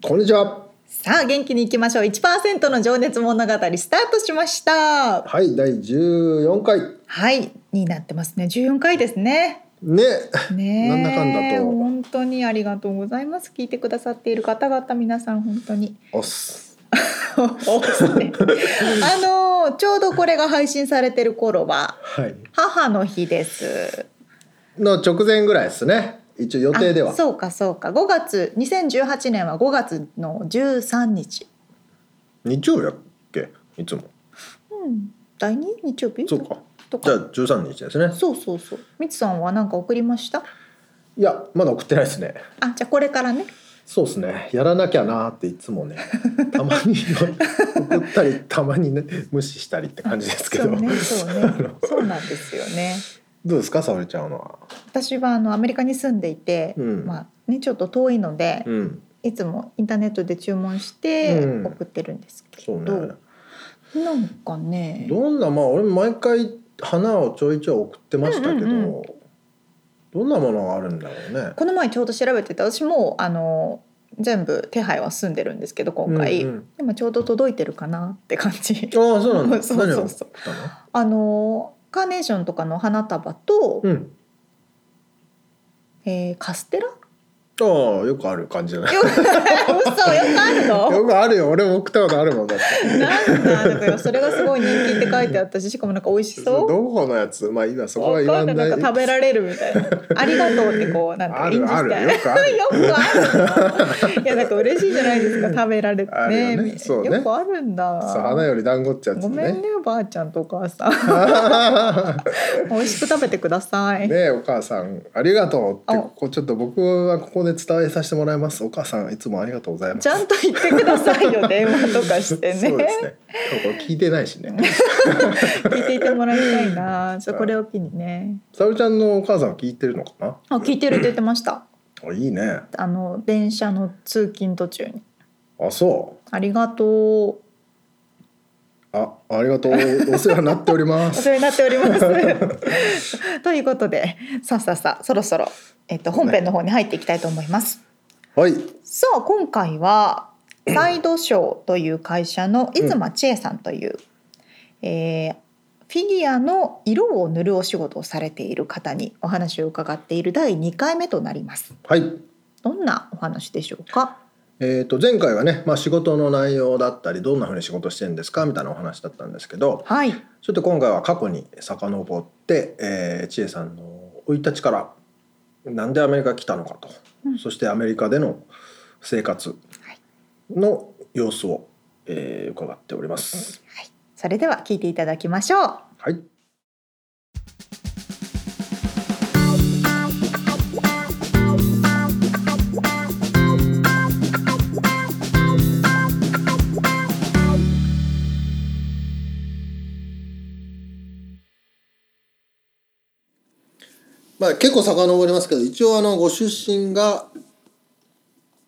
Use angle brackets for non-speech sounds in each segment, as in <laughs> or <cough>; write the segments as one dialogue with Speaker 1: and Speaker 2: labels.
Speaker 1: こんにちは。
Speaker 2: さあ元気にいきましょう1%の情熱物語スタートしました
Speaker 1: はい、第十四回。
Speaker 2: はいになってますね14回ですね
Speaker 1: ね。
Speaker 2: ねえ
Speaker 1: なんだかんだと
Speaker 2: 本当にありがとうございます聞いてくださっている方々皆さん本当に <laughs>
Speaker 1: おっす。
Speaker 2: そうです
Speaker 1: <laughs>
Speaker 2: ねあのちょうどこれが配信されてる頃は
Speaker 1: はい。
Speaker 2: 母の日です
Speaker 1: の直前ぐらいですね。一応予定では
Speaker 2: あ。そうかそうか5月2018年は5月の13日
Speaker 1: 日曜日だっけ。いつも。
Speaker 2: うん第2日曜日
Speaker 1: そうか。
Speaker 2: と
Speaker 1: じゃ
Speaker 2: か
Speaker 1: あ、十三日ですね。
Speaker 2: そうそうそうみつさんは何か送りました
Speaker 1: いや、まだ送ってないですね。
Speaker 2: あじゃあこれからね
Speaker 1: そうですね。やらなきゃなーっていつ <laughs> もね。たまに送ったり、たまにね、無視したりって感じですけ
Speaker 2: そう
Speaker 1: ど。
Speaker 2: ねそう
Speaker 1: あ
Speaker 2: ね
Speaker 1: の
Speaker 2: そうなんですよね
Speaker 1: どうですか、沙織ちゃんは。
Speaker 2: 私はあのアメリカに住んでいて、
Speaker 1: うん
Speaker 2: まあねちょっと遠いので、
Speaker 1: うん。
Speaker 2: いつもインターネットで注文して
Speaker 1: うん
Speaker 2: 送ってるんですけど、
Speaker 1: そうね。
Speaker 2: なんかね
Speaker 1: どんなまあ俺毎回花をちょいちょい送ってましたけど、
Speaker 2: うんうんう
Speaker 1: どんなものがあるんだろうね。
Speaker 2: この前ちょうど調べてて私もうあの全部手配は済んでるんですけど今回、
Speaker 1: うんうん
Speaker 2: 今ちょうど届いてるかなって感じ。
Speaker 1: ああそうなん
Speaker 2: <laughs>
Speaker 1: だ。
Speaker 2: そうそうそう
Speaker 1: 何を送っ
Speaker 2: あのカーネーションとかの花束と、
Speaker 1: たの？うん。
Speaker 2: えーカステラ <laughs> よ
Speaker 1: ああよくある感じだね。
Speaker 2: 嘘よくあるの
Speaker 1: <laughs> よくあるよ。俺も送ったことあるもんだって。
Speaker 2: なんなんだよそれがすごい人気って書いてあったししかもなんか美味しそう
Speaker 1: どこのやつ？まあ今そこは
Speaker 2: わ
Speaker 1: 言
Speaker 2: か
Speaker 1: わ
Speaker 2: んない
Speaker 1: な。
Speaker 2: ないんか食べられるみ
Speaker 1: <laughs>
Speaker 2: たいな「ありがとう」ってこうなん
Speaker 1: あ
Speaker 2: か印字
Speaker 1: るあ
Speaker 2: し
Speaker 1: る
Speaker 2: て
Speaker 1: よくある。
Speaker 2: <laughs> よくあるのいやなんか嬉しいじゃないですか食べられて
Speaker 1: あ
Speaker 2: <laughs>
Speaker 1: るよねそうね
Speaker 2: よくあるんだ
Speaker 1: そう花より団子ってやつ
Speaker 2: ごめんね
Speaker 1: ね。
Speaker 2: おばあちゃんとお母さん美味しく食べてください、
Speaker 1: <laughs> ねえお母さんありがとうって
Speaker 2: あ
Speaker 1: ここちょっと僕はここで伝えさせてもらいますお母さんいつもありがとうございます
Speaker 2: ちゃんと言ってくださいよ電話とかしてね
Speaker 1: そうですね。これ聞いてないしね。
Speaker 2: 聞いていてもらいたいなちょっとこれを機にね
Speaker 1: 沙織ちゃんのお母さんは聞いてるのかな。
Speaker 2: あ聞いてるって言ってました
Speaker 1: あ、いいね。
Speaker 2: あの電車の通勤途中に
Speaker 1: あ、そ
Speaker 2: 「ありがとう」
Speaker 1: う。あ、ありがとう。 <laughs> お世話になっておりま
Speaker 2: お
Speaker 1: す
Speaker 2: <laughs> 世。話になっております。 <laughs> ということで、さあさあさあ、そろそろ、えっと、本編の方に入っていきたいと思います。
Speaker 1: はい。
Speaker 2: さあ、今回は、サイドショーという会社の出間千恵さんという、えーフィギュアの色を塗るお仕事をされている方にお話を伺っている第2回目となります。
Speaker 1: はい。
Speaker 2: どんなお話でしょうか
Speaker 1: えー、と前回はね、まあ、仕事の内容だったりどんなふうに仕事してるんですかみたいなお話だったんですけど
Speaker 2: はい。
Speaker 1: ちょっと今回は過去に遡って、えー、千恵さんの生い立ちからなんでアメリカ来たのかと、
Speaker 2: うん
Speaker 1: そしてアメリカでの生活の様子を、えー伺っております。
Speaker 2: それでは聞いていただきましょう。
Speaker 1: はいまあ、結構遡りますけど一応あのご出身が、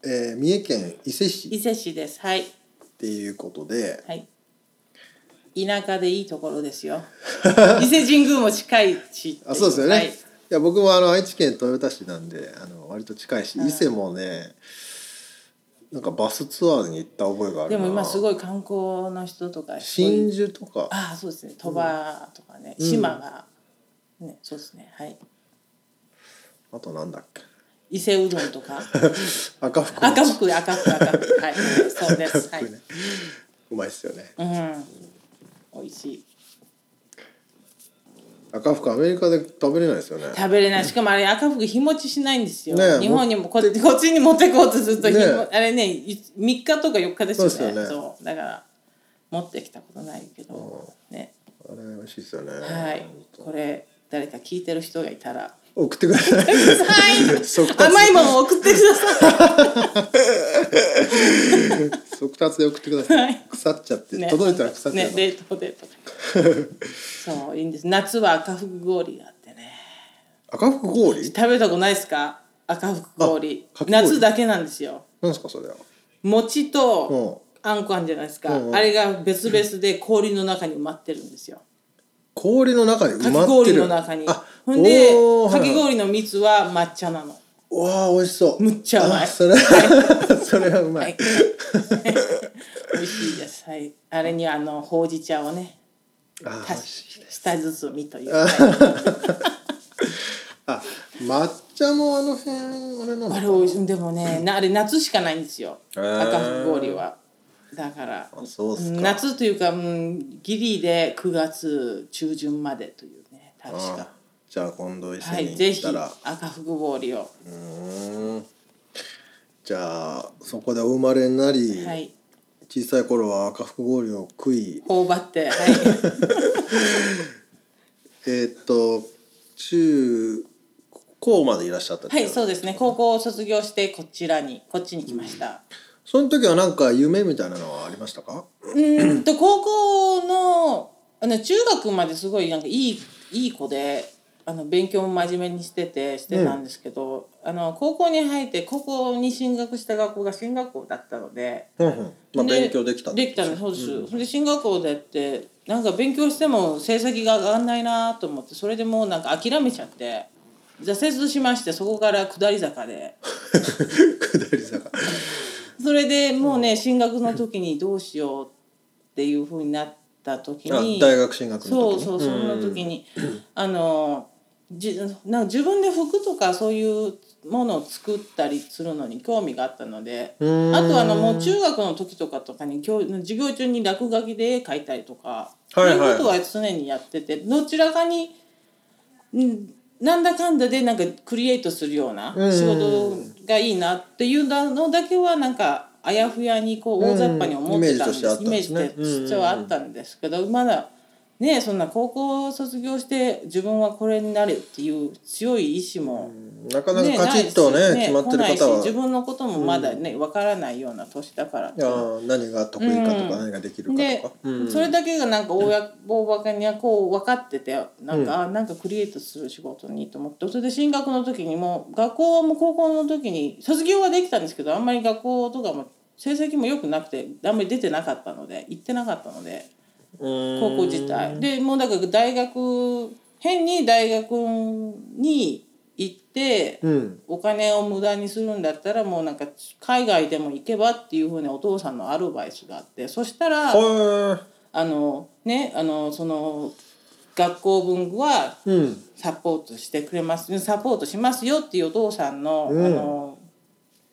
Speaker 1: えー三重県伊勢市
Speaker 3: 伊勢市です。はい。
Speaker 1: っていうことで
Speaker 3: はい。田舎でいいところです
Speaker 1: <laughs>
Speaker 3: よ。伊勢神宮も近いしってい。
Speaker 1: あそうですよね、
Speaker 3: はい
Speaker 1: い、や僕もあの愛知県豊田市なんであの割と近いし伊勢もねなんかバスツアーに行った覚えがあるな
Speaker 3: でも今すごい観光の人とか。
Speaker 1: 真珠とか
Speaker 3: ああ、そうですね。鳥羽とかね、
Speaker 1: うん
Speaker 3: 島が。ね、そうですね。はい。
Speaker 1: あとなんだっけ
Speaker 3: 伊勢うどんと
Speaker 1: <laughs>
Speaker 3: か。
Speaker 1: 赤福
Speaker 3: 赤福、赤福、赤福。はい。そうです。はい。
Speaker 1: ねうまいっすよね
Speaker 3: うん。美味しい。
Speaker 1: 赤福アメリカで食べれないですよね
Speaker 3: 食べれないしかもあれ赤福日持ちしないんですよ、
Speaker 1: ねえ
Speaker 3: 日本にもこっちこっちに持ってこうとすると日も、
Speaker 1: ねえ
Speaker 3: あれねい3日とか4日ですよね
Speaker 1: そうですよね
Speaker 3: そうだから持ってきたことないけど、ね
Speaker 1: あれ美味しいですよね
Speaker 3: はいこれ誰か聞いてる人が
Speaker 1: <laughs>
Speaker 3: いたら
Speaker 1: 送ってください
Speaker 3: <laughs>
Speaker 1: 速達
Speaker 3: 甘いものを送ってくださ
Speaker 1: 速達で送ってくださ
Speaker 3: はいい
Speaker 1: 腐っちゃって、 <laughs>
Speaker 3: い、ね、
Speaker 1: 届いたら腐っちゃう
Speaker 3: ね
Speaker 1: の、
Speaker 3: 冷凍で
Speaker 1: <laughs>
Speaker 3: とかそういいんです夏は赤福氷があってね
Speaker 1: 赤福氷
Speaker 3: 食べたことないですか赤福氷
Speaker 1: あかき氷
Speaker 3: 夏だけなんですよ
Speaker 1: なんですかそれは
Speaker 3: 餅と
Speaker 1: う
Speaker 3: あんこあんじゃないですか、
Speaker 1: うんうん
Speaker 3: あれが別々で氷の中に埋まってるんですよ
Speaker 1: 氷の中に
Speaker 3: か
Speaker 1: 埋
Speaker 3: き
Speaker 1: まってる
Speaker 3: 氷の中に
Speaker 1: あ
Speaker 3: ほんで
Speaker 1: おー
Speaker 3: かき氷の蜜は抹茶なの
Speaker 1: はいはいわあ美味しそう
Speaker 3: むっちゃうまい
Speaker 1: あそれそれはうま、
Speaker 3: はいい <laughs> 美味しいですはいあれにあのほうじ茶をね
Speaker 1: あ
Speaker 3: たし下包みという
Speaker 1: あ抹茶もあの辺あれなの
Speaker 3: あれ美味しいでもねなあれ夏しかないんですよ
Speaker 1: へー
Speaker 3: 赤福氷はだから
Speaker 1: あそうっすか
Speaker 3: 夏というか、うん、ギリで9月中旬までというね確
Speaker 1: あ
Speaker 3: か
Speaker 1: じゃあ今度伊
Speaker 3: は
Speaker 1: 勢
Speaker 3: い
Speaker 1: に
Speaker 3: ぜ
Speaker 1: 行っ
Speaker 3: ひ
Speaker 1: たら、
Speaker 3: 赤福氷を
Speaker 1: うーんじゃあそこでお生まれになり、
Speaker 3: はい
Speaker 1: 小さい頃は赤福氷を食い
Speaker 3: 頬張ってはい
Speaker 1: えーっと中高までいらっしゃったって
Speaker 3: はいそう
Speaker 1: う
Speaker 3: ですね高校を卒業してこちらにこっちに来ました
Speaker 1: その時はなんか夢みたいなのはありましたか
Speaker 3: うんと高校のあの中学まですごいなんかいいいい子であの勉強も真面目にしててしてたんですけど、あの高校に入って高校に進学した学校が進学校だったので、
Speaker 1: うんうんまあ、
Speaker 3: で
Speaker 1: 勉強できた
Speaker 3: できたのそうです、で進学校でってなんか勉強しても成績が上がんないなと思ってそれでもうなんか諦めちゃって挫折しましてそこから下り坂で。
Speaker 1: <laughs> 下り坂
Speaker 3: それでもうね進学の時にどうしようっていうふうになった時
Speaker 1: あ
Speaker 3: に
Speaker 1: 大学進学の時
Speaker 3: そう
Speaker 1: ね
Speaker 3: そうそんな時にあのじなんか自分で服とかそういうものを作ったりするのに興味があったのであ
Speaker 1: ーん
Speaker 3: とあのもう中学の時とかとかに教授業中に落書きで絵描いたりとか
Speaker 1: はいはい
Speaker 3: そういうことは常にやっててどちらかにうんなんだかんだでなんかクリエイトするような仕事がいいなっていうのだけはなんかあやふやにこう大雑把に思ってたんです、
Speaker 1: うん
Speaker 3: イ
Speaker 1: イメ
Speaker 3: メ
Speaker 1: ー
Speaker 3: ー
Speaker 1: ジ
Speaker 3: ジ
Speaker 1: としてあったんですね
Speaker 3: としてはあったんですけど、まだねそんな高校を卒業して自分はこれになるっていう強い意志も、
Speaker 1: なかなかカチッとね
Speaker 3: ないし
Speaker 1: 決まってる
Speaker 3: 来ないし
Speaker 1: 方は
Speaker 3: 自分のこともまだねわからないような年だからっていうのも
Speaker 1: ああ何が得意かとか、
Speaker 3: うん
Speaker 1: 何ができるか
Speaker 3: で
Speaker 1: とか、うん
Speaker 3: それだけがなんか大や大ばかにはこう分かっててなんか、あなんかクリエイトする仕事にと思ってそれで進学の時にも学校も高校の時に卒業はできたんですけどあんまり学校とかも成績も良くなくてあんまり出てなかったので行ってなかったので高
Speaker 1: 高
Speaker 3: 校自体でもうだから大学変に大学に行って、
Speaker 1: うん
Speaker 3: お金を無駄にするんだったらもうなんか海外でも行けばっていうふうにお父さんのアドバイスがあってそしたら、
Speaker 1: は
Speaker 3: あのねあのその学校文具は
Speaker 1: ーうん
Speaker 3: サポートしてくれますサポートしますよっていうお父さんの,、
Speaker 1: うん
Speaker 3: あの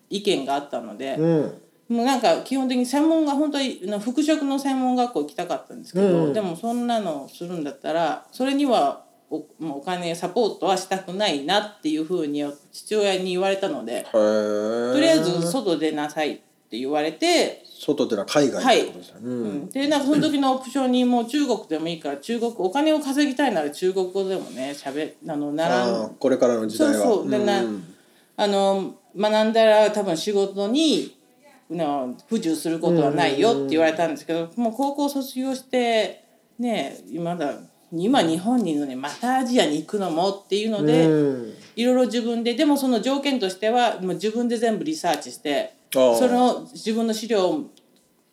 Speaker 3: 意見があったので、
Speaker 1: うん
Speaker 3: もうなんか基本的に専門が本当にあの服飾の専門学校行きたかったんですけど、
Speaker 1: うん
Speaker 3: でもそんなのするんだったらそれにはおもうお金サポートはしたくないなっていうふうに父親に言われたので、
Speaker 1: と
Speaker 3: とりあえず外出なさいって言われて
Speaker 1: 外ってのは海外ってことですよね、う
Speaker 3: うんんでなんかその時のオプションにもう中国でもいいから中国お金を稼ぎたいなら中国語でもねしゃべあの習
Speaker 1: ああ
Speaker 3: う
Speaker 1: これからの時代は
Speaker 3: そうそうでなあの学んだら多分仕事にな不自由することはないよって言われたんですけどもう高校卒業してね今だ今日本にいるのにまたアジアに行くのもっていうので、
Speaker 1: うん
Speaker 3: いろいろ自分ででもその条件としてはもう自分で全部リサーチして
Speaker 1: あー
Speaker 3: その自分の資料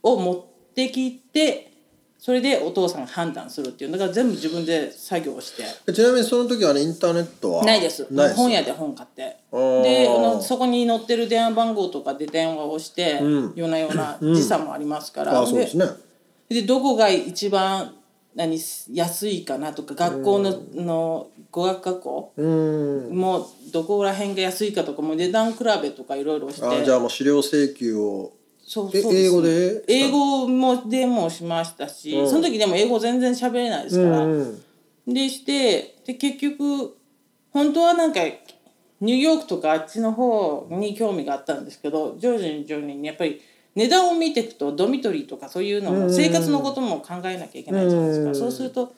Speaker 3: を持ってきてそれでお父さんが判断するっていうだから全部自分で作業して
Speaker 1: えちなみにその時はねインターネットは
Speaker 3: ないです
Speaker 1: ないです
Speaker 3: 本屋で本買って
Speaker 1: あー
Speaker 3: であのそこに載ってる電話番号とかで電話をして、
Speaker 1: うん
Speaker 3: ようなような時差もありますから、
Speaker 1: ああそうですね
Speaker 3: でどこが一番何安いかなとか学校の,、の語学学校
Speaker 1: うん
Speaker 3: もうどこら辺が安いかとかも値段比べとかいろいろして
Speaker 1: ああじゃあもう資料請求を
Speaker 3: そう
Speaker 1: え
Speaker 3: そう
Speaker 1: 英
Speaker 3: です
Speaker 1: 語で
Speaker 3: 英語もでもしましたし、
Speaker 1: うん
Speaker 3: その時でも英語全然喋れないです
Speaker 1: う
Speaker 3: から、
Speaker 1: んうん
Speaker 3: でしてで結局本当はなんかニューヨークとかあっちの方に興味があったんですけど徐々に徐々にやっぱり値段を見ていくとドミトリーとかそういうの
Speaker 1: う
Speaker 3: も
Speaker 1: ん
Speaker 3: 生活のことも考えなきゃいけないじゃないです
Speaker 1: う
Speaker 3: か
Speaker 1: ん
Speaker 3: そうすると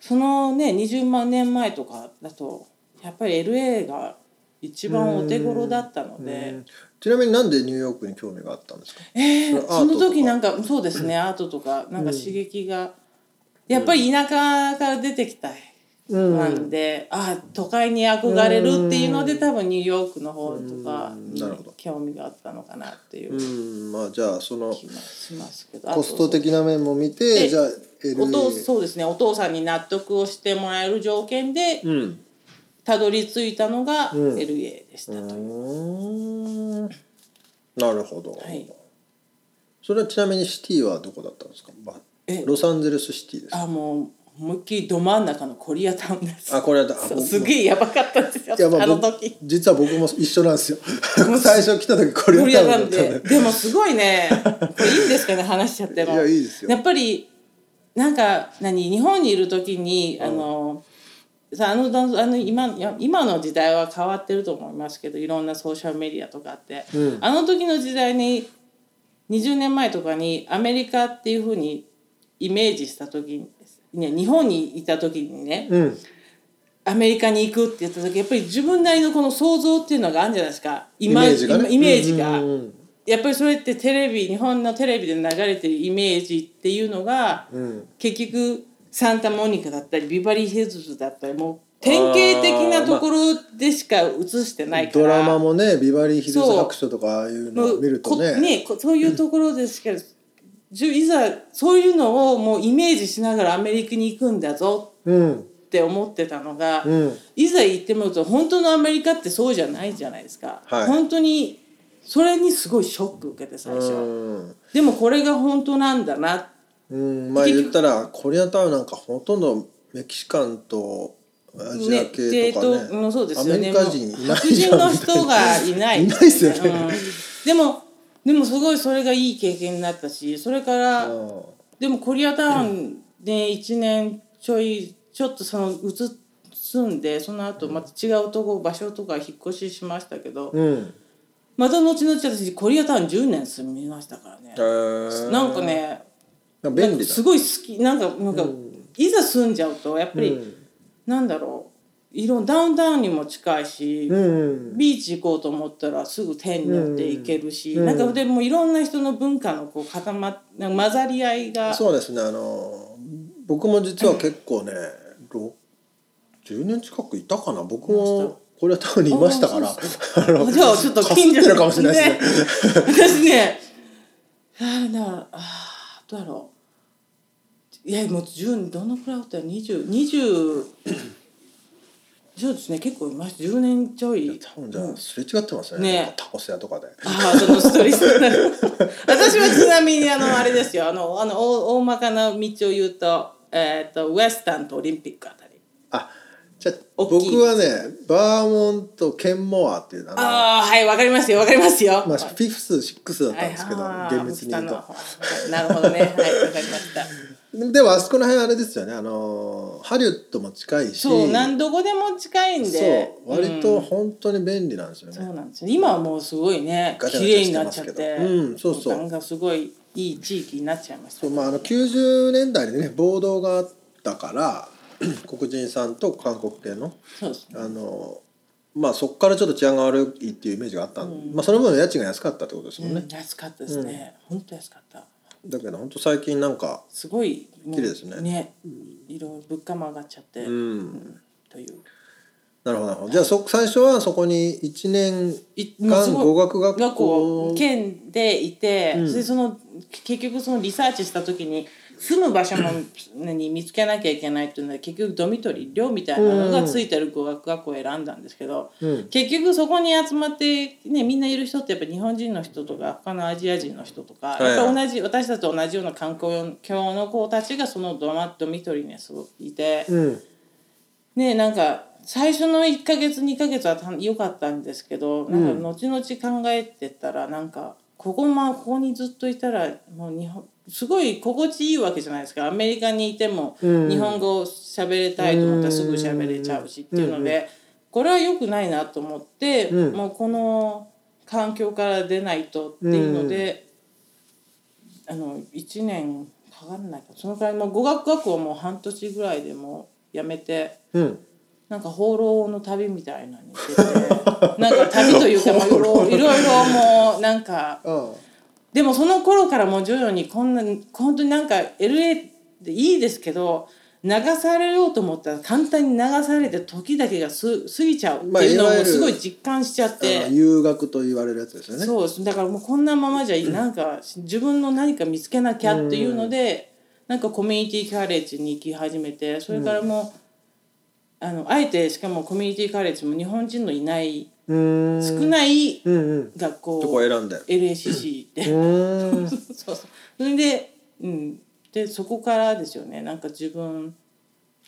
Speaker 3: そのね20万年前とかだとやっぱり LA が一番お手頃だったので
Speaker 1: うんちなみになんでニューヨークに興味があったんですか
Speaker 3: えー
Speaker 1: それア
Speaker 3: そ
Speaker 1: ート
Speaker 3: の
Speaker 1: とか
Speaker 3: 時なんかそうですねアートとかなんか刺激がやっぱり田舎から出てきた
Speaker 1: う
Speaker 3: ファンで、あ都会に憧れるっていうので多分ニューヨークの方とか
Speaker 1: うん
Speaker 3: に
Speaker 1: なるほど
Speaker 3: 興味があったのかなっていう
Speaker 1: うんまあじゃあその
Speaker 3: 気がしますけど、あと
Speaker 1: コスト的な面も見て
Speaker 3: で
Speaker 1: じゃあ
Speaker 3: お父
Speaker 1: LA
Speaker 3: そうですねお父さんに納得をしてもらえる条件で
Speaker 1: うん
Speaker 3: たどり着いたのが
Speaker 1: うん
Speaker 3: LA でした
Speaker 1: う
Speaker 3: と、
Speaker 1: ーんなるほど、
Speaker 3: はい
Speaker 1: それはちなみにシティはどこだったんですか、まあ
Speaker 3: え
Speaker 1: ロサンゼルスシティです
Speaker 3: あもう思いっきりど真ん中のコリアタウンです
Speaker 1: あこれはだあ
Speaker 3: <laughs> そう
Speaker 1: 僕
Speaker 3: すげえやばかったんですよ
Speaker 1: いやま
Speaker 3: あの
Speaker 1: 僕
Speaker 3: 時
Speaker 1: 実は僕も一緒なんですよ最初来た時これ
Speaker 3: コリ
Speaker 1: や
Speaker 3: ア
Speaker 1: った
Speaker 3: タ
Speaker 1: んだった
Speaker 3: ウン
Speaker 1: ん
Speaker 3: で
Speaker 1: で
Speaker 3: でもすごいねこれいいんですかね話しちゃっても
Speaker 1: いやいいですよ
Speaker 3: やっぱりなんか何日本にいる時に、あのさあのだんあの今いや今の時代は変わってると思いますけどいろんなソーシャルメディアとかあって、
Speaker 1: うん
Speaker 3: あの時の時代に20年前とかにアメリカっていうふうにイメージした時にです、ね、日本にいた時にね、
Speaker 1: うん
Speaker 3: アメリカに行くって言った時やっぱり自分なりのこの想像っていうのがあるんじゃないですかイマイメージが。
Speaker 1: うんうん
Speaker 3: やっぱりそれってテレビ日本のテレビで流れてるイメージっていうのが、
Speaker 1: うん
Speaker 3: 結局サンタモニカだったりビバリーヒルズだったりもう典型的なところでしか映してないか
Speaker 1: ド
Speaker 3: ら、
Speaker 1: ラマもねビバリーヒルズ
Speaker 3: そう
Speaker 1: 白書とかああいうの
Speaker 3: も
Speaker 1: を
Speaker 3: う
Speaker 1: 見るとね
Speaker 3: ここそういうところでしか、じゅいざそういうのをもうイメージしながらアメリカに行くんだぞ
Speaker 1: うん
Speaker 3: って思ってたのが、
Speaker 1: うん
Speaker 3: いざ行ってみると本当のアメリカってそうじゃないじゃないですか、
Speaker 1: はい
Speaker 3: 本当にそれにすごいショック受けて最初。
Speaker 1: うん
Speaker 3: でもこれが本当なんだな
Speaker 1: うんまあ言ったらコリアタウンなんかほとんどメキシカンとアジア系とかね
Speaker 3: ねうんそうですよね
Speaker 1: アメリカ人いない
Speaker 3: 白
Speaker 1: じゃん
Speaker 3: 人の人がいな
Speaker 1: <laughs>
Speaker 3: い
Speaker 1: いないですよね
Speaker 3: うんでもでもすごいそれがいい経験になったしそれから、
Speaker 1: うん
Speaker 3: でもコリアタウンで1年ちょいちょっとその移っ住んでその後また違うとこ場所とか引っ越ししましたけど、
Speaker 1: うん
Speaker 3: また後々私コリアタウン10年住みましたからね
Speaker 1: へ、ー
Speaker 3: なんかね
Speaker 1: なんか便利だ
Speaker 3: すごい好きなんかなんか、いざ住んじゃうとやっぱり、なんだろういろんダウンタウンにも近いし、
Speaker 1: うん
Speaker 3: ビーチ行こうと思ったらすぐ天に乗って行けるし、
Speaker 1: うん
Speaker 3: なんかでもいろんな人の文化のこう固まっなんか混ざり合いが
Speaker 1: そうですねあの僕も実は結構ねろ10年近くいたかな僕もコリアタウンにいましたから
Speaker 3: あー
Speaker 1: <laughs> あの
Speaker 3: じゃあちょっと
Speaker 1: かすってるかもしれないですね
Speaker 3: すね私ねあなあーどうやろういやもう10どのくらいだったら2020 20そうですね結構いました10年ちょい
Speaker 1: 多分じゃあすれ違ってますね
Speaker 3: ね
Speaker 1: なんかタコス屋とかで
Speaker 3: ああ、そのストーリー <laughs> 私はちなみに、あの、あれですよ、あの、あの、大大まかな道を言うと、えっ、と、ウエスタンとオリンピックあたり。
Speaker 1: あじゃあ
Speaker 3: 大きい
Speaker 1: 僕はねバーモントケンモアっていうあの
Speaker 3: ああ、はい、わかりますよ、わかりますよ。
Speaker 1: まあ、フィフスシックスだったんですけど、
Speaker 3: はいあー
Speaker 1: 厳密に言うと
Speaker 3: 北の方なるほどね、はい、わかりました。
Speaker 1: でもあそこら辺あれですよねあのハリウッドも近いし
Speaker 3: そう、何どこでも近いんで。
Speaker 1: そう割
Speaker 3: う
Speaker 1: と
Speaker 3: ん
Speaker 1: 本当に便利なんですよね、
Speaker 3: そうなんですよ。今はもうすごいね、
Speaker 1: ガチャ
Speaker 3: 綺
Speaker 1: ガチャ
Speaker 3: 麗になっちゃ
Speaker 1: して
Speaker 3: って。
Speaker 1: ますけどうんそうそう
Speaker 3: なんかすごい、いい地域になっちゃいました
Speaker 1: そう。まあ、あの90年代にね暴動があったから <clears throat> 黒人さんと韓国系の
Speaker 3: そうですね。
Speaker 1: あの、まあ、そこからちょっと治安が悪いっていうイメージがあったんで、まあ、その分家賃が安かったってことですもん
Speaker 3: う
Speaker 1: ね
Speaker 3: ん、、安かったですね。本当安かった。
Speaker 1: だけど本当最近なんか
Speaker 3: すごいもう
Speaker 1: 綺麗ですね
Speaker 3: いろいろ物価も上がっちゃって、
Speaker 1: うん
Speaker 3: という
Speaker 1: なるほどなるほどじゃあそ最初はそこに1年
Speaker 3: いもうす
Speaker 1: 間
Speaker 3: ご
Speaker 1: 語
Speaker 3: い
Speaker 1: 学学校
Speaker 3: 学校県でいて、
Speaker 1: うん
Speaker 3: それでその結局そのリサーチした時に住む場所も何見つけなきゃいけないっていうので結局ドミトリー寮みたいなのがついてる語学学校を選んだんですけど、
Speaker 1: うん
Speaker 3: 結局そこに集まって、ね、みんないる人ってやっぱ日本人の人とか他のアジア人の人とか、
Speaker 1: いはい
Speaker 3: やっぱ同じ私たちと同じような環境教の子たちがそのドマドミトリーにすごくいて。
Speaker 1: うん
Speaker 3: ねなんか最初の1ヶ月2ヶ月はた良かったんですけどなんか後々考えてたらなんかここまあここにずっといたらもう日本すごい心地いいわけじゃないですかアメリカにいても
Speaker 1: うん
Speaker 3: 日本語を喋れたいと思ったらすぐ喋れちゃうしっていうのでこれは良くないなと思って、
Speaker 1: うん
Speaker 3: もうこの環境から出ないとっていうので、あの1年かかんないかそのくらいもう語学学校もう半年ぐらいでもうやめて。
Speaker 1: うん
Speaker 3: なんか放浪の旅みたいなのに出てなんか旅というかもういろいろいろいろもうなんか
Speaker 1: あ
Speaker 3: でもその頃からもう徐々にこんな本当になんか LA でいいですけど流されようと思ったら簡単に流されて時だけがす過ぎちゃうっていうの
Speaker 1: まあいわゆ
Speaker 3: を
Speaker 1: る
Speaker 3: すごい実感しちゃ
Speaker 1: あ
Speaker 3: って。
Speaker 1: 遊学と言われるやつですよね
Speaker 3: そうですだからもうこんなままじゃいいなんか自分の何か見つけなきゃっていうので、なんかコミュニティカレッジに行き始めてそれからもう、あのあえてしかもコミュニティカレッジも日本人のいない
Speaker 1: うん
Speaker 3: 少ない
Speaker 1: うんうん
Speaker 3: 学校
Speaker 1: とこ選んで
Speaker 3: LACC で
Speaker 1: うーん
Speaker 3: <laughs> そうそうそれで,、うん、でそこからですよねなんか自分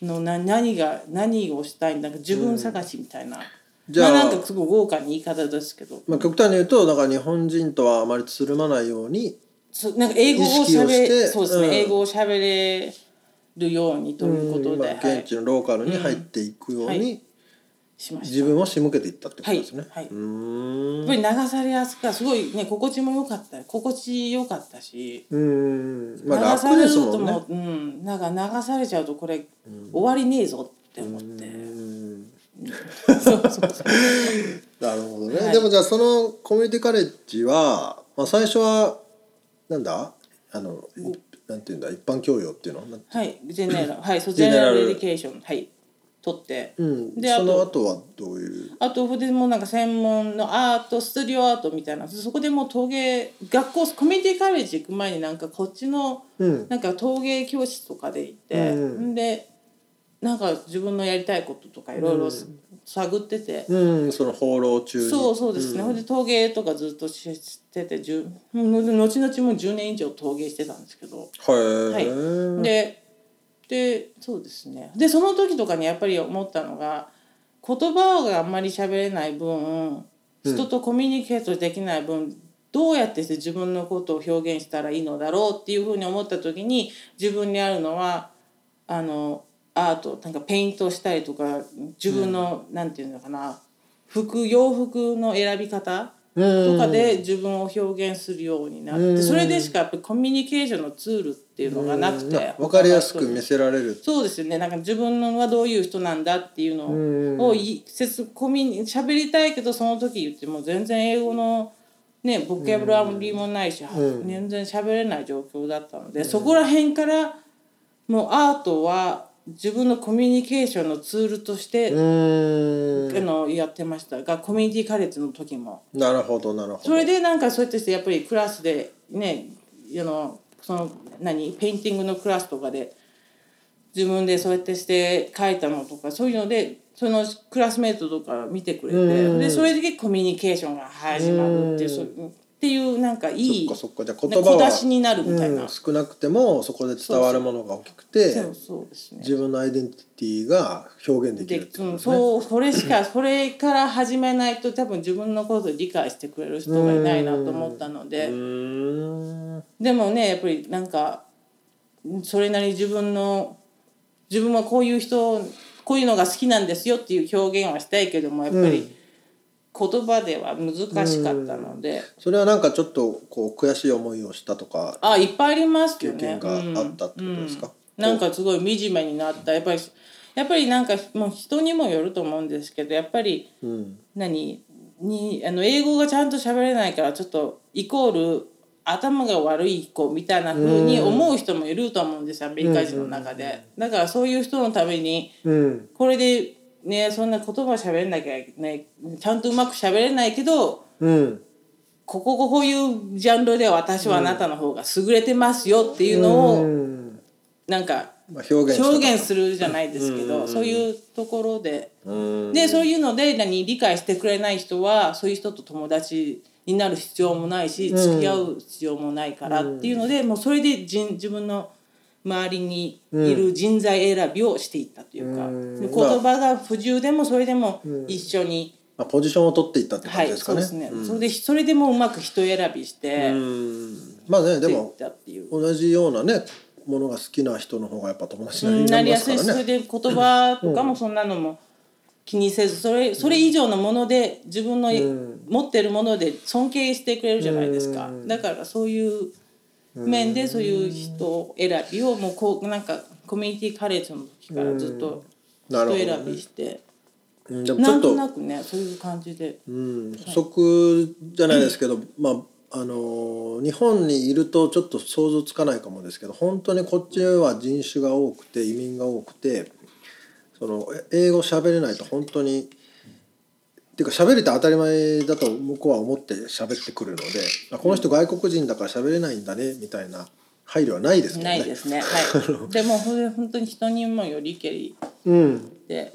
Speaker 3: のな何が何をしたいなんか自分探しみたいな、
Speaker 1: じゃあ
Speaker 3: まあ、なんかすごい豪華に言い方ですけど
Speaker 1: まあ極端に言うとだから日本人とはあまりつるまないように
Speaker 3: そなんか英語を
Speaker 1: 意識
Speaker 3: 喋
Speaker 1: をして
Speaker 3: れそうですね、
Speaker 1: うん
Speaker 3: 英語を喋れるようにということ
Speaker 1: うんま
Speaker 3: で、
Speaker 1: あ
Speaker 3: はい
Speaker 1: 現地のローカルに入っていくよう
Speaker 3: うんは
Speaker 1: に
Speaker 3: しました
Speaker 1: 自分を仕向けていったってことですね。
Speaker 3: はいはいう
Speaker 1: ーん
Speaker 3: やっぱり流されやすくからすごいね心地も良かった心地良かったし
Speaker 1: うーんまあ
Speaker 3: 流さ
Speaker 1: 楽
Speaker 3: れ
Speaker 1: で
Speaker 3: る
Speaker 1: すも
Speaker 3: と
Speaker 1: んね
Speaker 3: も。う、ん、なんか流されちゃうとこれ、終わりねえぞって思って、
Speaker 1: うん
Speaker 3: そうそう <laughs> そう
Speaker 1: なるほどね、
Speaker 3: はい
Speaker 1: でもじゃあそのコミュニティカレッジは、まあ、最初はなんだあのいなんていうんだ一般教養っていうのなん
Speaker 3: はい、ジェ
Speaker 1: <clears throat>
Speaker 3: ネラル、はい、そう、
Speaker 1: ジェ
Speaker 3: ジェ
Speaker 1: ネ
Speaker 3: ネ
Speaker 1: ラ
Speaker 3: ラ
Speaker 1: ル
Speaker 3: ルエディケーション、はい、取って。
Speaker 1: うん、
Speaker 3: であ
Speaker 1: そ
Speaker 3: と
Speaker 1: の後はどういう
Speaker 3: あと、でもなんか専門のアート、スタジオアートみたいな、そこでもう陶芸、学校、コミュニティカレッジ行く前になんかこっちの、
Speaker 1: うん
Speaker 3: なんか陶芸教室とかで行って、
Speaker 1: うん
Speaker 3: ん、で、なんか自分のやりたいこととかいろいろ探ってて、
Speaker 1: うんその放浪中に
Speaker 3: そうそうですね、ほんで陶芸とかずっとししてて、じゅうん後々もう10年以上陶芸してたんですけど。
Speaker 1: は、
Speaker 3: はいいででそうですねでその時とかにやっぱり思ったのが言葉があんまり喋れない分人とコミュニケートできない分、どうやってして自分のことを表現したらいいのだろうっていうふうに思った時に自分にあるのはあのアートなんかペイントしたりとか自分の、なんていうのかな服洋服の選び方
Speaker 1: うん
Speaker 3: とかで自分を表現するようになって、
Speaker 1: うん
Speaker 3: それでしかやっぱりコミュニケーションのツールっていうのがなくて、
Speaker 1: うんわかりやすく見
Speaker 3: ね
Speaker 1: せられる
Speaker 3: そうですよねなんか自分のはどういう人なんだっていう
Speaker 1: うん
Speaker 3: のをい接コミュニ喋りたいけどその時言っても全然英語の、ね、ボキャブラリーもないし、
Speaker 1: うん
Speaker 3: 全然喋れない状況だったので、そこら辺からもうアートは自分のコミュニケーションのツールとして、
Speaker 1: うん
Speaker 3: あのやってましたがコミュニティカレッジの時も。
Speaker 1: なるほどなるほど
Speaker 3: それでなんかそうやってしてやっぱりクラスでねあのその何ペインティングのクラスとかで自分でそうやってして書いたのとかそういうのでそのクラスメートとか見てくれ
Speaker 1: うん
Speaker 3: てでそれでコミュニケーションが始まるっていうそうっていうなんかいい
Speaker 1: そっかそっかじゃあ言
Speaker 3: ね
Speaker 1: 葉は
Speaker 3: 小出しになるみたいな、
Speaker 1: うん少なくてもそこで伝わるものが大きくて
Speaker 3: そうそうですね。
Speaker 1: 自分のアイデンティティが表現できるっ
Speaker 3: で
Speaker 1: てこ
Speaker 3: う
Speaker 1: と
Speaker 3: ん、
Speaker 1: ですね。
Speaker 3: そうそれしかそれから始めないと多分自分のことを理解してくれる人がいないなと思ったので
Speaker 1: うーん
Speaker 3: でもねやっぱりなんかそれなりに自分の自分はこういう人こういうのが好きなんですよっていう表現はしたいけどもやっぱり言葉では難しかったので、
Speaker 1: それはなんかちょっとこう悔しい思いをしたとか
Speaker 3: あいっぱいありますけ
Speaker 1: 経
Speaker 3: どね
Speaker 1: 験。があったってことですか、
Speaker 3: なんかすごい惨めになったやっぱりやっぱりなんかもう人にもよると思うんですけどやっぱり
Speaker 1: うん
Speaker 3: 何にあの英語がちゃんと喋れないからちょっとイコール頭が悪い子みたいな風に思う人もいると思うんですよアメリカ人の中で。だからそういう人のために
Speaker 1: うん
Speaker 3: これでねそんな言葉喋れなきゃいけないちゃんとうまく喋れないけど
Speaker 1: うん
Speaker 3: こここういうジャンルでは私はあなたの方が優れてますよっていうのを
Speaker 1: うん
Speaker 3: なんか
Speaker 1: まあ、表現した
Speaker 3: 表現するじゃないですけどそういうところで。
Speaker 1: うん
Speaker 3: でそういうので何理解してくれない人はそういう人と友達になる必要もないし付き合う必要もないからっていうので、もうそれで人自分の周りにいる人材選びをしていったというか、
Speaker 1: うん
Speaker 3: で言葉が不自由でもそれでも一緒に、
Speaker 1: まあ、ポジションを取っていったって
Speaker 3: は
Speaker 1: 感じ
Speaker 3: い
Speaker 1: です
Speaker 3: そ
Speaker 1: か
Speaker 3: う
Speaker 1: ね。
Speaker 3: ですね、それでそれでもうまく人選びして、
Speaker 1: うんまあねで
Speaker 3: つい
Speaker 1: も
Speaker 3: たっていう。
Speaker 1: 同じようなねものが好きな人の方がやっぱ友達
Speaker 3: うん
Speaker 1: にな
Speaker 3: なり
Speaker 1: り
Speaker 3: や
Speaker 1: ますす
Speaker 3: い
Speaker 1: か
Speaker 3: しそ
Speaker 1: ら
Speaker 3: れ
Speaker 1: ね。
Speaker 3: で言葉とかもそんなのも気にせずそれそれ以上のもので自分の
Speaker 1: うん
Speaker 3: 持ってるもので尊敬してくれるじゃないですか
Speaker 1: うん
Speaker 3: だからそういう面でそういう人選びをもうこうなんかコミュニティカレッジの時からずっと
Speaker 1: なる
Speaker 3: 人
Speaker 1: ほど
Speaker 3: 選
Speaker 1: ね
Speaker 3: びして
Speaker 1: うんでもち
Speaker 3: な
Speaker 1: ょっ
Speaker 3: んと
Speaker 1: と
Speaker 3: なくねそういう感じで
Speaker 1: うん不足じゃないです <laughs> けど、まああのー日本にいるとちょっと想像つかないかもですけど本当にこっちは人種が多くて移民が多くてそのえ英語喋れないと本当にっていうか喋れて当たり前だと向こうは思って喋ってくるのであこの人外国人だから喋れないんだねみたいな配慮はないですもんね。
Speaker 3: ないです
Speaker 1: <laughs>
Speaker 3: ねはいでもほん本当に人にもよりけり
Speaker 1: うん
Speaker 3: で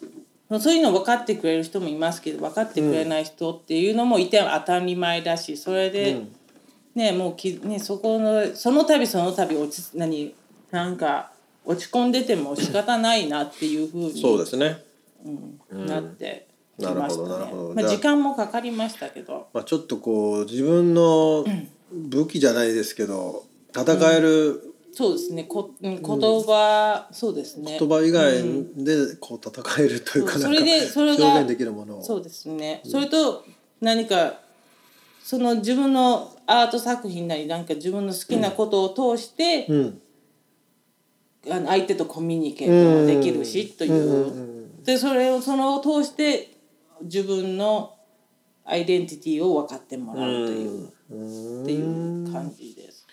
Speaker 3: そういうの分かってくれる人もいますけど分かってくれない人っていうのもいて当たり前だしそれで、
Speaker 1: うん
Speaker 3: ねもうき、ね、そこのその度その度落ち何なんか落ち込んでても仕方ないなっていうふうに
Speaker 1: そうですね、
Speaker 3: うんなってき
Speaker 1: な
Speaker 3: ま
Speaker 1: る
Speaker 3: し
Speaker 1: ほど
Speaker 3: た
Speaker 1: なる
Speaker 3: ね
Speaker 1: ほど
Speaker 3: まあ
Speaker 1: じゃあ
Speaker 3: 時間もかかりましたけど
Speaker 1: まあ、ちょっとこう自分の武器じゃないですけど戦える
Speaker 3: そうですねこうん言葉、そうですね
Speaker 1: 言葉以外でこう戦えるというか
Speaker 3: そ
Speaker 1: な
Speaker 3: う
Speaker 1: んか
Speaker 3: それでそれが
Speaker 1: 表現できるものを
Speaker 3: そうですね、それと何かその自分のアート作品なりなんか自分の好きなことを通して、
Speaker 1: うん
Speaker 3: あの相手とコミュニケーションもできるし、という、でそれをそのを通して自分のアイデンティティを分かってもらうという、っていう感じです。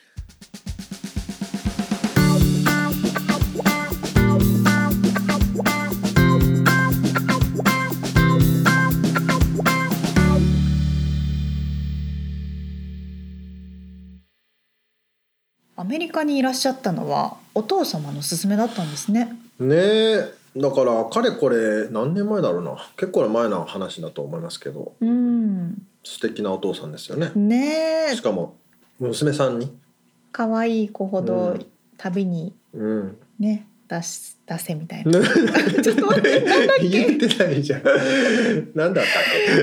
Speaker 2: アメリカにいらっしゃったのはお父様の勧めだったんですね
Speaker 1: ねえだからかれこれ何年前だろうな結構な前の話だと思いますけど
Speaker 2: うん
Speaker 1: 素敵なお父さんですよね
Speaker 2: ねえ
Speaker 1: しかも娘さんに、
Speaker 2: 可愛い子ほ
Speaker 1: う
Speaker 2: ど
Speaker 1: ん
Speaker 2: 旅に
Speaker 1: うん、
Speaker 2: ね出し出せみた <laughs> いな
Speaker 1: ね
Speaker 2: ちょっと待ってなんだっ
Speaker 1: 言ってないじゃん何だったっ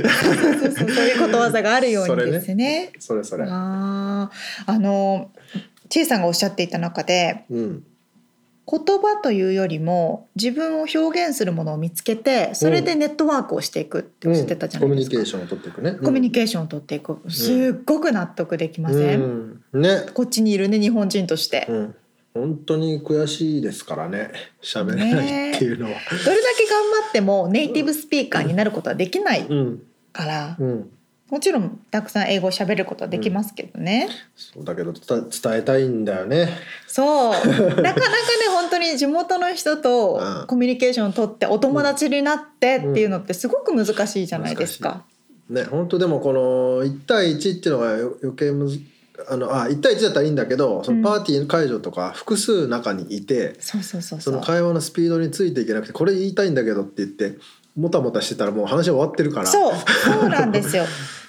Speaker 2: けそうそうそういうことわざがあるようにですね
Speaker 1: けそれそれ
Speaker 2: あーあのちいさんがおっしゃっていた中で
Speaker 1: うん
Speaker 2: 言葉というよりも自分を表現するものを見つけてそれでネットワークをしていくっておっしゃってたじゃな
Speaker 1: コミ
Speaker 2: い
Speaker 1: ュ
Speaker 2: で
Speaker 1: ニ
Speaker 2: すか、
Speaker 1: ケーションを取っていくね
Speaker 2: コミュニケーションを取っていくすっごく納得できません、
Speaker 1: うんね
Speaker 2: こっちにいるね日本人として、
Speaker 1: うん、本当に悔しいですからね喋れないっていうのは、
Speaker 2: どれだけ頑張ってもネイティブスピーカーになることはできない
Speaker 1: うん
Speaker 2: から、
Speaker 1: うん
Speaker 2: もちろんたくさん英語を喋ることはできますけどね、
Speaker 1: そうだけど伝伝えたいんだよね
Speaker 2: そうなかなかね本当に地元の人
Speaker 1: う
Speaker 2: と
Speaker 1: ん
Speaker 2: コミュニケーションを取ってお友達になってっていうのってすごく難しいじゃないですか。
Speaker 1: ね本当でもこの1対1っていうのがよ余計むずあのあ1対1だったらいいんだけどそのパーティーの会場とか複数中にいて、
Speaker 2: そうそうそうそ
Speaker 1: その
Speaker 2: う
Speaker 1: 会話のスピードについていけなくてこれ言いたいんだけどって言ってもたもたしてたらもう話終わってるから
Speaker 2: そうそうなんですよ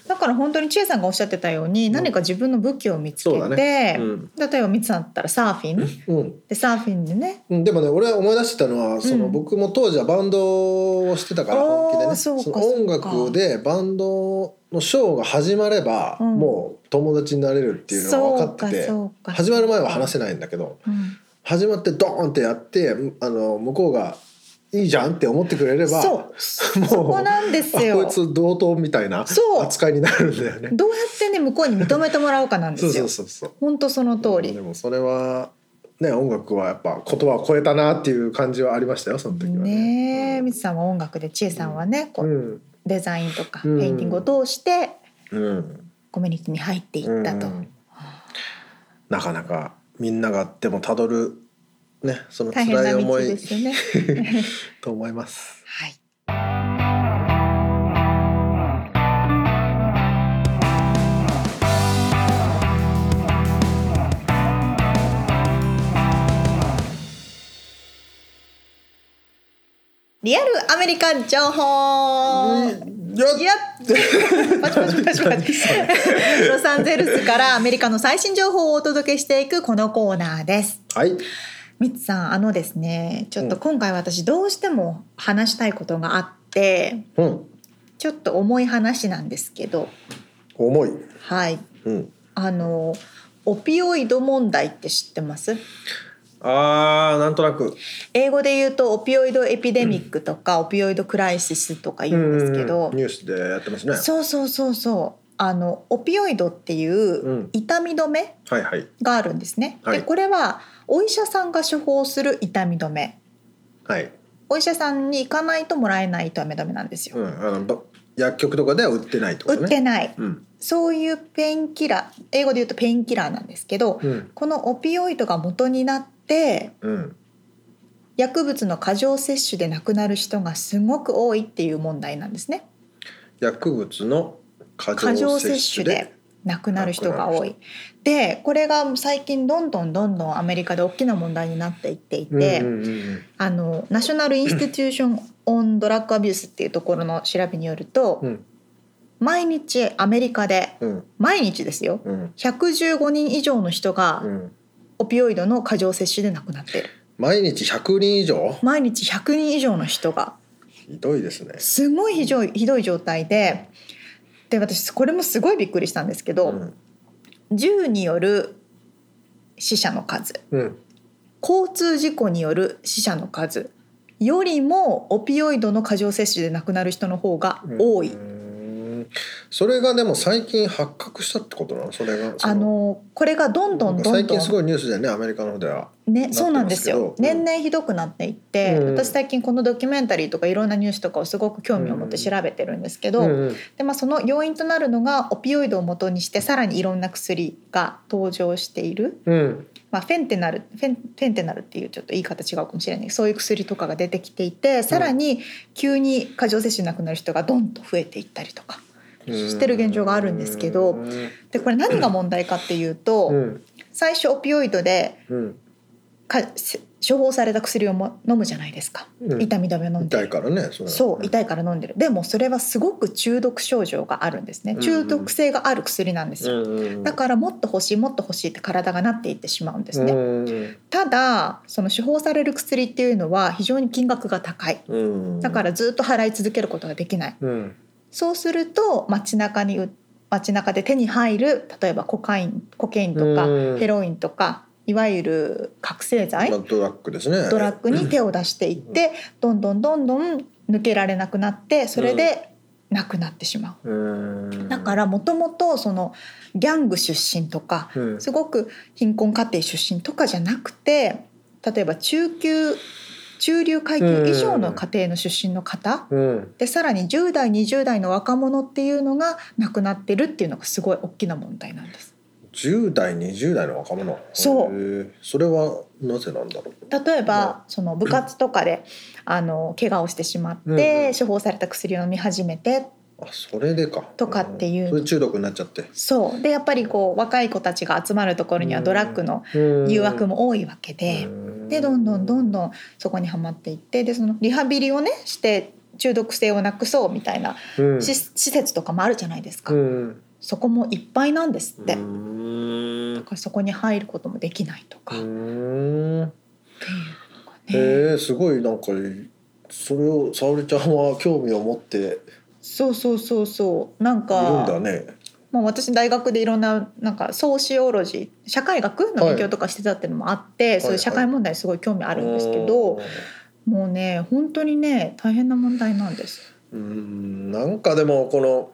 Speaker 2: だから本当に千恵さんがおっしゃってたように何か自分の武器を見つけ
Speaker 1: そうだ
Speaker 2: て、
Speaker 1: ね
Speaker 2: 例えばミツさんだったらサーフィン
Speaker 1: うん、
Speaker 2: でサーフィンでね
Speaker 1: うん、でもね俺は思い出してたのはその、
Speaker 2: うん
Speaker 1: 僕も当時はバンドをしてたから
Speaker 2: あー
Speaker 1: 本気でね
Speaker 2: そうか
Speaker 1: の音楽でバンドのショーが始まれば、
Speaker 2: うん
Speaker 1: もう友達になれるっていうのが分かってて
Speaker 2: そうかそうか
Speaker 1: 始まる前は話せないんだけど
Speaker 2: うん
Speaker 1: 始まってドーンってやってあの向こうが「いいじゃん」って思ってくれれば
Speaker 2: そう
Speaker 1: もう
Speaker 2: そこなんです
Speaker 1: あこい
Speaker 2: よ
Speaker 1: つ同等みたいな
Speaker 2: そう
Speaker 1: 扱いになるんだよね。
Speaker 2: どうやってね向こうに認めてもらうかなんです
Speaker 1: そ
Speaker 2: よ
Speaker 1: うそうそうそう
Speaker 2: 本当その通り
Speaker 1: でもそれはね音楽はやっぱ言葉を超えたなっていう感じはありましたよその時は
Speaker 2: ねえ
Speaker 1: ね。
Speaker 2: みつさんは音楽で千恵さんはねこ
Speaker 1: う
Speaker 2: うんデザインとかペ
Speaker 1: うん
Speaker 2: インティングを通して
Speaker 1: うん
Speaker 2: コミュニティに入ってい
Speaker 1: うん
Speaker 2: ったと
Speaker 1: なかなかみんながでもたどるねその
Speaker 2: 大変
Speaker 1: 辛い
Speaker 2: な道
Speaker 1: 思
Speaker 2: で
Speaker 1: い
Speaker 2: すよね。
Speaker 1: と思います。
Speaker 2: はいリアルアメリカ情報、
Speaker 1: よっ
Speaker 2: いやパチパチパチパチロサンゼルスからアメリカの最新情報をお届けしていくこのコーナーです。
Speaker 1: はい
Speaker 2: みつさんあのですねちょっと今回私どうしても話したいことがあって
Speaker 1: うん
Speaker 2: ちょっと重い話なんですけど
Speaker 1: 重い
Speaker 2: はい
Speaker 1: うん
Speaker 2: あのオピオイド問題って知ってます
Speaker 1: あーなんとなく
Speaker 2: 英語で言うとオピオイドエピデミックとか、オピオイドクライシスとか言うんですけど、
Speaker 1: うんニュースでやってますね
Speaker 2: そうそうそうそうあのオピオイドってい
Speaker 1: うん
Speaker 2: う痛み止め
Speaker 1: はいはい
Speaker 2: があるんですね、
Speaker 1: はい
Speaker 2: でこれはお医者さんが処方する痛み止め
Speaker 1: はい、
Speaker 2: お医者さんに行かないともらえない痛み止めなんですよ、
Speaker 1: うん、あのば薬局とかでは売ってないってことね
Speaker 2: 売ってない
Speaker 1: うん
Speaker 2: そういうペンキラー英語で言うとペンキラーなんですけど、
Speaker 1: うん
Speaker 2: このオピオイドが元になって
Speaker 1: うん
Speaker 2: 薬物の過剰摂取で亡くなる人がすごく多いっていう問題なんですね
Speaker 1: 薬物の過
Speaker 2: 過
Speaker 1: 剰
Speaker 2: 剰
Speaker 1: 摂
Speaker 2: 摂
Speaker 1: 取
Speaker 2: 取
Speaker 1: で
Speaker 2: で亡くなる人が多
Speaker 1: 亡
Speaker 2: いでこれが最近どんどんどんどんアメリカで大きな問題になっていっていて、
Speaker 1: うんうんうん
Speaker 2: あのナショナル・インスティテューション・オン・ドラッグ・アビュースっていうところの調べによると、
Speaker 1: うん
Speaker 2: 毎日アメリカで
Speaker 1: うん
Speaker 2: 毎日ですよ
Speaker 1: うん
Speaker 2: 115人以上の人が
Speaker 1: うん
Speaker 2: オピオイドの過剰摂取で亡くなっている
Speaker 1: 毎日100人以上
Speaker 2: 毎日100人以上の人が
Speaker 1: ひどいですね
Speaker 2: すごいひどいひどい状態でで私これもすごいびっくりしたんですけど、
Speaker 1: ん
Speaker 2: 銃による死者の数
Speaker 1: うん
Speaker 2: 交通事故による死者の数よりもオピオイドの過剰摂取で亡くなる人の方が多い、
Speaker 1: うんそれがでも最近発覚したってことなのそれがそ
Speaker 2: あのこれがどんどんどん
Speaker 1: 最
Speaker 2: ど
Speaker 1: 近
Speaker 2: ん
Speaker 1: すごいニュースだよねアメリカの方では
Speaker 2: ね、そうなんです
Speaker 1: なっ
Speaker 2: よ
Speaker 1: てますけどうん
Speaker 2: 年々ひどくなっていって、
Speaker 1: うん
Speaker 2: 私最近このドキュメンタリーとかいろんなニュースとかをすごく興味を持って調べてるんですけど、
Speaker 1: うんうん
Speaker 2: でまあ、その要因となるのがオピオイドを元にしてさらにいろんな薬が登場している、
Speaker 1: うん
Speaker 2: まあ、フェンテナルフェンフェンテナルっていうちょっと言い方違うかもしれないそういう薬とかが出てきていてさらに急に過剰摂取なくなる人がどんと増えていったりとかしてる現状があるんですけど
Speaker 1: うん
Speaker 2: でこれ何が問題かっていうと、
Speaker 1: うん
Speaker 2: 最初オピオイドで
Speaker 1: うん
Speaker 2: かせ処方された薬をも飲むじゃないですか、
Speaker 1: うん
Speaker 2: 痛み止めを飲んで
Speaker 1: 痛いからねそれ
Speaker 2: そう痛いから飲んでるでもそれはすごく中毒症状があるんですね
Speaker 1: うん
Speaker 2: 中毒性がある薬なんですよ、
Speaker 1: うん
Speaker 2: だからもっと欲しいもっと欲しいって体がなっていってしまうんですね、
Speaker 1: うん
Speaker 2: ただその処方される薬っていうのは非常に金額が高い
Speaker 1: うん
Speaker 2: だからずっと払い続けることができない
Speaker 1: うん
Speaker 2: そうすると街中にう街中で手に入る例えばコカインコケインとか
Speaker 1: うん
Speaker 2: ヘロインとかいわゆる覚醒剤
Speaker 1: まあドラッグですね
Speaker 2: ドラッグに手を出していってどんどんどんどん抜けられなくなってそれで亡くなってしまう。
Speaker 1: うん
Speaker 2: だからもともとそのギャング出身とか
Speaker 1: うん
Speaker 2: すごく貧困家庭出身とかじゃなくて例えば中級中流階級以上の家庭の出身の方
Speaker 1: うん
Speaker 2: でさらに10代20代の若者っていうのが亡くなってるっていうのがすごい大きな問題なんです。
Speaker 1: 10代20代の若者
Speaker 2: そう
Speaker 1: へえそれはなぜなんだろう
Speaker 2: 例え
Speaker 1: ま
Speaker 2: ばその部活とかであの怪我をしてしまっ
Speaker 1: うんうん
Speaker 2: て処方された薬を飲み始めて
Speaker 1: あそれでか
Speaker 2: とかっていうん
Speaker 1: それ中毒になっちゃって
Speaker 2: そうでやっぱりこう若い子たちが集まるところにはドラッグの誘
Speaker 1: 誘
Speaker 2: 惑も多いわけで、でどんどんどんどんそこにはまっていってでそのリハビリをねして中毒性をなくそうみたいな
Speaker 1: うん
Speaker 2: し施設とかもあるじゃないですか、
Speaker 1: うん
Speaker 2: そこもいっぱいなんですって、
Speaker 1: うーん
Speaker 2: だからそこに入ることもできないとか、
Speaker 1: う
Speaker 2: っ
Speaker 1: ーん
Speaker 2: ていうのがね、
Speaker 1: へえすごいなんかそれを沙織ちゃんは興味を持っているん
Speaker 2: そうそうそうそうなんか
Speaker 1: だね。
Speaker 2: まあ、私大学でいろんななんかソーシオロジー社会学の勉強とかしてたっていうのもあって、そういう社会問題すごい興味あ
Speaker 1: あ
Speaker 2: るんですけど、もうね本当にね大変な問題なんです。
Speaker 1: うんなんかでもこの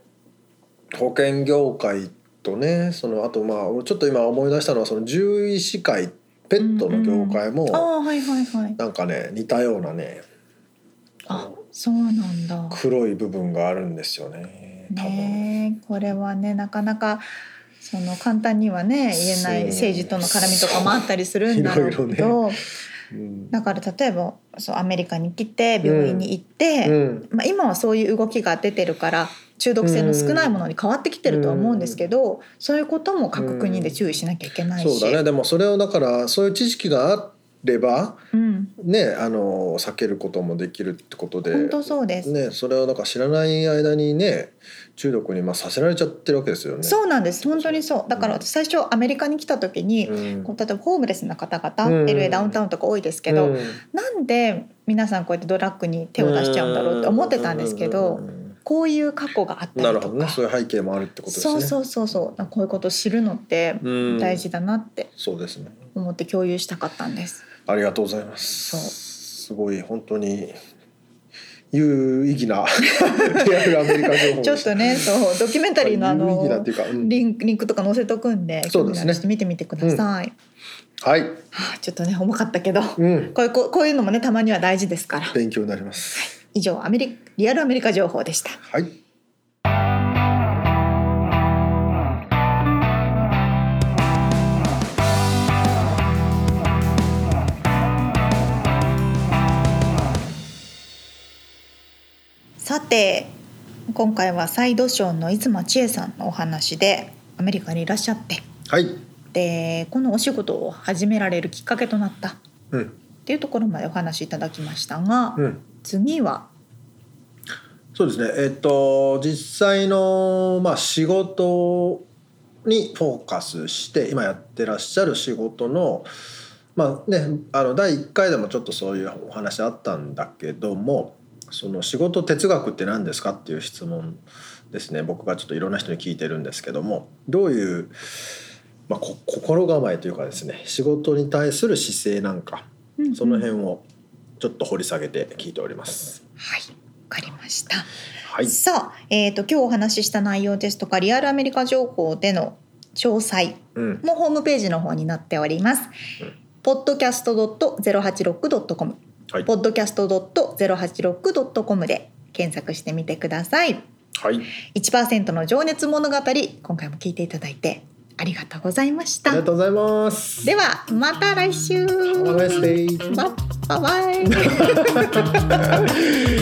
Speaker 1: 保険業界とねそのあとまあ俺ちょっと今思い出したのはその獣医師会ペットの業界も、
Speaker 2: ああはいはいはい。
Speaker 1: なんかね似たようなね
Speaker 2: あそうなんだ。
Speaker 1: 黒い部分があるんですよね多分
Speaker 2: ねえこれはねなかなかその簡単にはね言えない
Speaker 1: そう
Speaker 2: 政治との絡みとかもあったりするんだろうけど
Speaker 1: そういろうん
Speaker 2: だから例えばそうアメリカに来て病院に行って、
Speaker 1: うん
Speaker 2: まあ、今はそういう動きが出てるから中毒性の少ないものに変わってきてるとは思うんですけど、そういうことも各国で注意しなきゃいけないし。
Speaker 1: そうだねでもそれをだからそういう知識があれば
Speaker 2: うん
Speaker 1: ねあの避けることもできるってことで
Speaker 2: 本当そうです、
Speaker 1: ね、それをなんか知らない間にね中毒にまあさせられちゃってるわけですよね。
Speaker 2: そうなんです本当にそうだから私最初アメリカに来た時に、
Speaker 1: うん
Speaker 2: こう例えばホームレスな方々、
Speaker 1: うん
Speaker 2: LA ダウンタウンとか多いですけど、
Speaker 1: うん
Speaker 2: なんで皆さんこうやってドラッグに手を出しちゃうんだろうって思ってたんですけど
Speaker 1: うん
Speaker 2: こういう過去があったりとか
Speaker 1: なるほどねそういう背景もあるってことです
Speaker 2: そ
Speaker 1: ね
Speaker 2: うそうそうそうなんかこういうことを知るのって
Speaker 1: うん
Speaker 2: 大事だなって
Speaker 1: そうですね
Speaker 2: 思って共有したかったんです。
Speaker 1: ありがとうございますすごい本当に有意義な <laughs> リアルアメリカ情報
Speaker 2: ちょっとねそうドキュメンタリーのあ
Speaker 1: 有意義な
Speaker 2: の
Speaker 1: っていうか、うん
Speaker 2: リンクリンクとか載せとくんで
Speaker 1: そうで
Speaker 2: 興味
Speaker 1: すね
Speaker 2: のある人見てみてください。
Speaker 1: はい、
Speaker 2: はあちょっとね重かったけどこ
Speaker 1: う
Speaker 2: う
Speaker 1: ん、
Speaker 2: いうこうこういうのもねたまには大事ですから。
Speaker 1: 勉強になります
Speaker 2: 以上アメリリアルアメリカ情報でした。
Speaker 1: はい
Speaker 2: さて今回はサイドショーの出町恵さんのお話でアメリカにいらっしゃって
Speaker 1: はい、
Speaker 2: でこのお仕事を始められるきっかけとなったっ
Speaker 1: うん
Speaker 2: ていうところまでお話しいただきましたが、
Speaker 1: うん、
Speaker 2: 次は
Speaker 1: そうですねえっと実際の、まあ、仕事にフォーカスして今やってらっしゃる仕事のまあねあの第1回でもちょっとそういうお話あったんだけどもその仕事哲学って何ですかっていう質問ですね僕がちょっといろんな人に聞いてるんですけどもどういう、まあ、こ心構えというかですね仕事に対する姿勢なんかその
Speaker 2: うん
Speaker 1: 辺をちょっと掘り下げて聞いております。
Speaker 2: はいわかりました、
Speaker 1: はい
Speaker 2: さあ、えー、と今日お話しした内容ですとかリアルアメリカ情報での詳細
Speaker 1: うん
Speaker 2: もホームページの方になっております
Speaker 1: うん。
Speaker 2: podcast.086.com、
Speaker 1: はい
Speaker 2: podcast.086.com で検索してみてください。
Speaker 1: はい、
Speaker 2: 1%の情熱物語、今回も聞いていただいてありがとうございまし
Speaker 1: あり
Speaker 2: た
Speaker 1: が。とうございます。
Speaker 2: ではまた来週。
Speaker 1: Have a nice day.
Speaker 2: ババイバイ。